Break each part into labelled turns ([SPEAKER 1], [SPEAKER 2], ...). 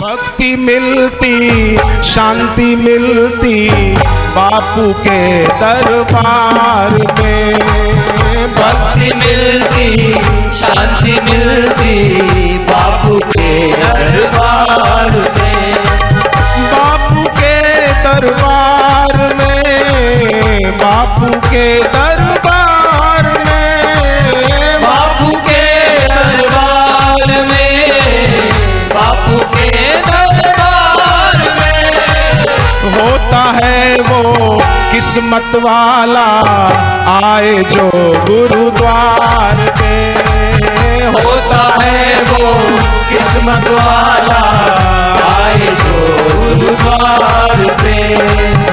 [SPEAKER 1] भक्ति मिलती शांति मिलती बापू के दरबार में
[SPEAKER 2] शांति मिलती शांति मिलती बापू के दरबार में
[SPEAKER 1] बापू के दरबार में बापू के दरबार में
[SPEAKER 2] बापू के दरबार में बापू के दरबार में
[SPEAKER 1] होता है वो किस्मत वाला आए जो गुरुद्वार में हो
[SPEAKER 2] होता है वो किस्मत वाला आए जो गुरुद्वार पे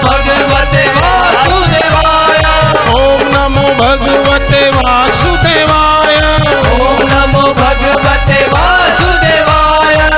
[SPEAKER 2] भगवते वासुदेवाय
[SPEAKER 1] ओम नमो भगवते वासुदेवाय
[SPEAKER 2] ओम नमो भगवते वासुदेवाय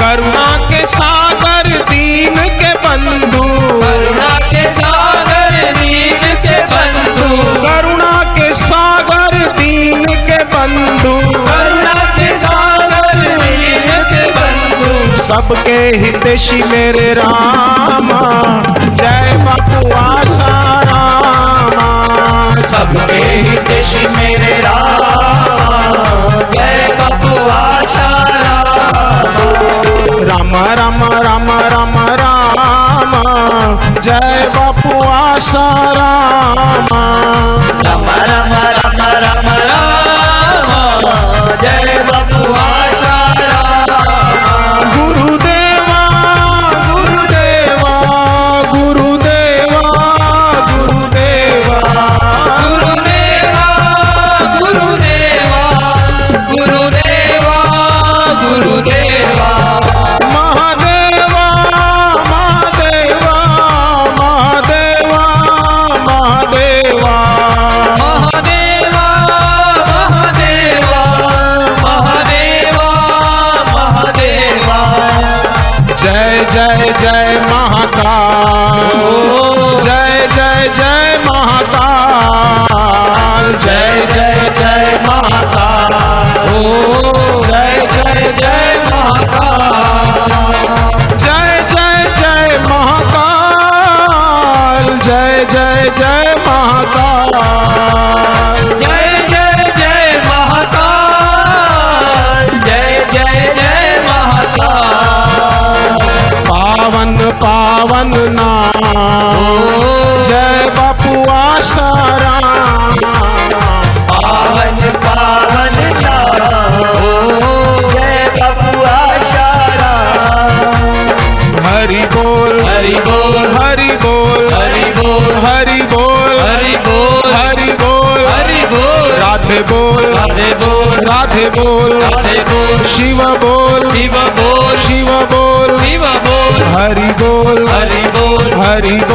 [SPEAKER 1] करुणा के सागर दीन के बंधु
[SPEAKER 2] करुणा के सागर मीन के बंधु
[SPEAKER 1] करुणा के सागर दीन के बंधु
[SPEAKER 2] करुणा के सागर मीन के बंधु
[SPEAKER 1] सबके हितेशी मेरे रामा जय बापू आशा रामा
[SPEAKER 2] सबके हितेश मेरे रामा जय बापू आशा रामा
[SPEAKER 1] राम राम राम राम राम जय बापू आशा रामा
[SPEAKER 2] राम राम राम राम राम जय बापू आशा राम
[SPEAKER 1] गुरुदेवा गुरुदेवा गुरुदेवा गुरुदेवा
[SPEAKER 2] गुरुदेवा गुरुदेवा गुरुदेवा गुरुदेवा
[SPEAKER 1] महादेवा महादेवा महादेवा महादेवा
[SPEAKER 2] महादेवा महादेवा महादेवा महादेवा
[SPEAKER 1] जय जय जय महाकाल जय जय जय महाकाल जय जय जय महाकाल जय जय जय महाकाल जय जय जय महाकाल जय जय जय महाकाल
[SPEAKER 2] जय जय जय महाकाल जय जय जय महाकाल
[SPEAKER 1] पावन पावन नाम जय बापू आसाराम
[SPEAKER 2] पावन पावन नाम जय बबुआ शाराम
[SPEAKER 1] हरि बोल
[SPEAKER 2] हरि बोल
[SPEAKER 1] हरि बोल
[SPEAKER 2] हरि बोल
[SPEAKER 1] हरि बोल
[SPEAKER 2] हरि बोल
[SPEAKER 1] हरि बोल
[SPEAKER 2] हरि बोल
[SPEAKER 1] राधे बोल
[SPEAKER 2] हरि बोल
[SPEAKER 1] राधे बोल
[SPEAKER 2] हरि बोल
[SPEAKER 1] शिव बोल
[SPEAKER 2] शिव बोल
[SPEAKER 1] शिव बोल
[SPEAKER 2] शिव बोल
[SPEAKER 1] हरि बोल
[SPEAKER 2] हरि बोल
[SPEAKER 1] हरि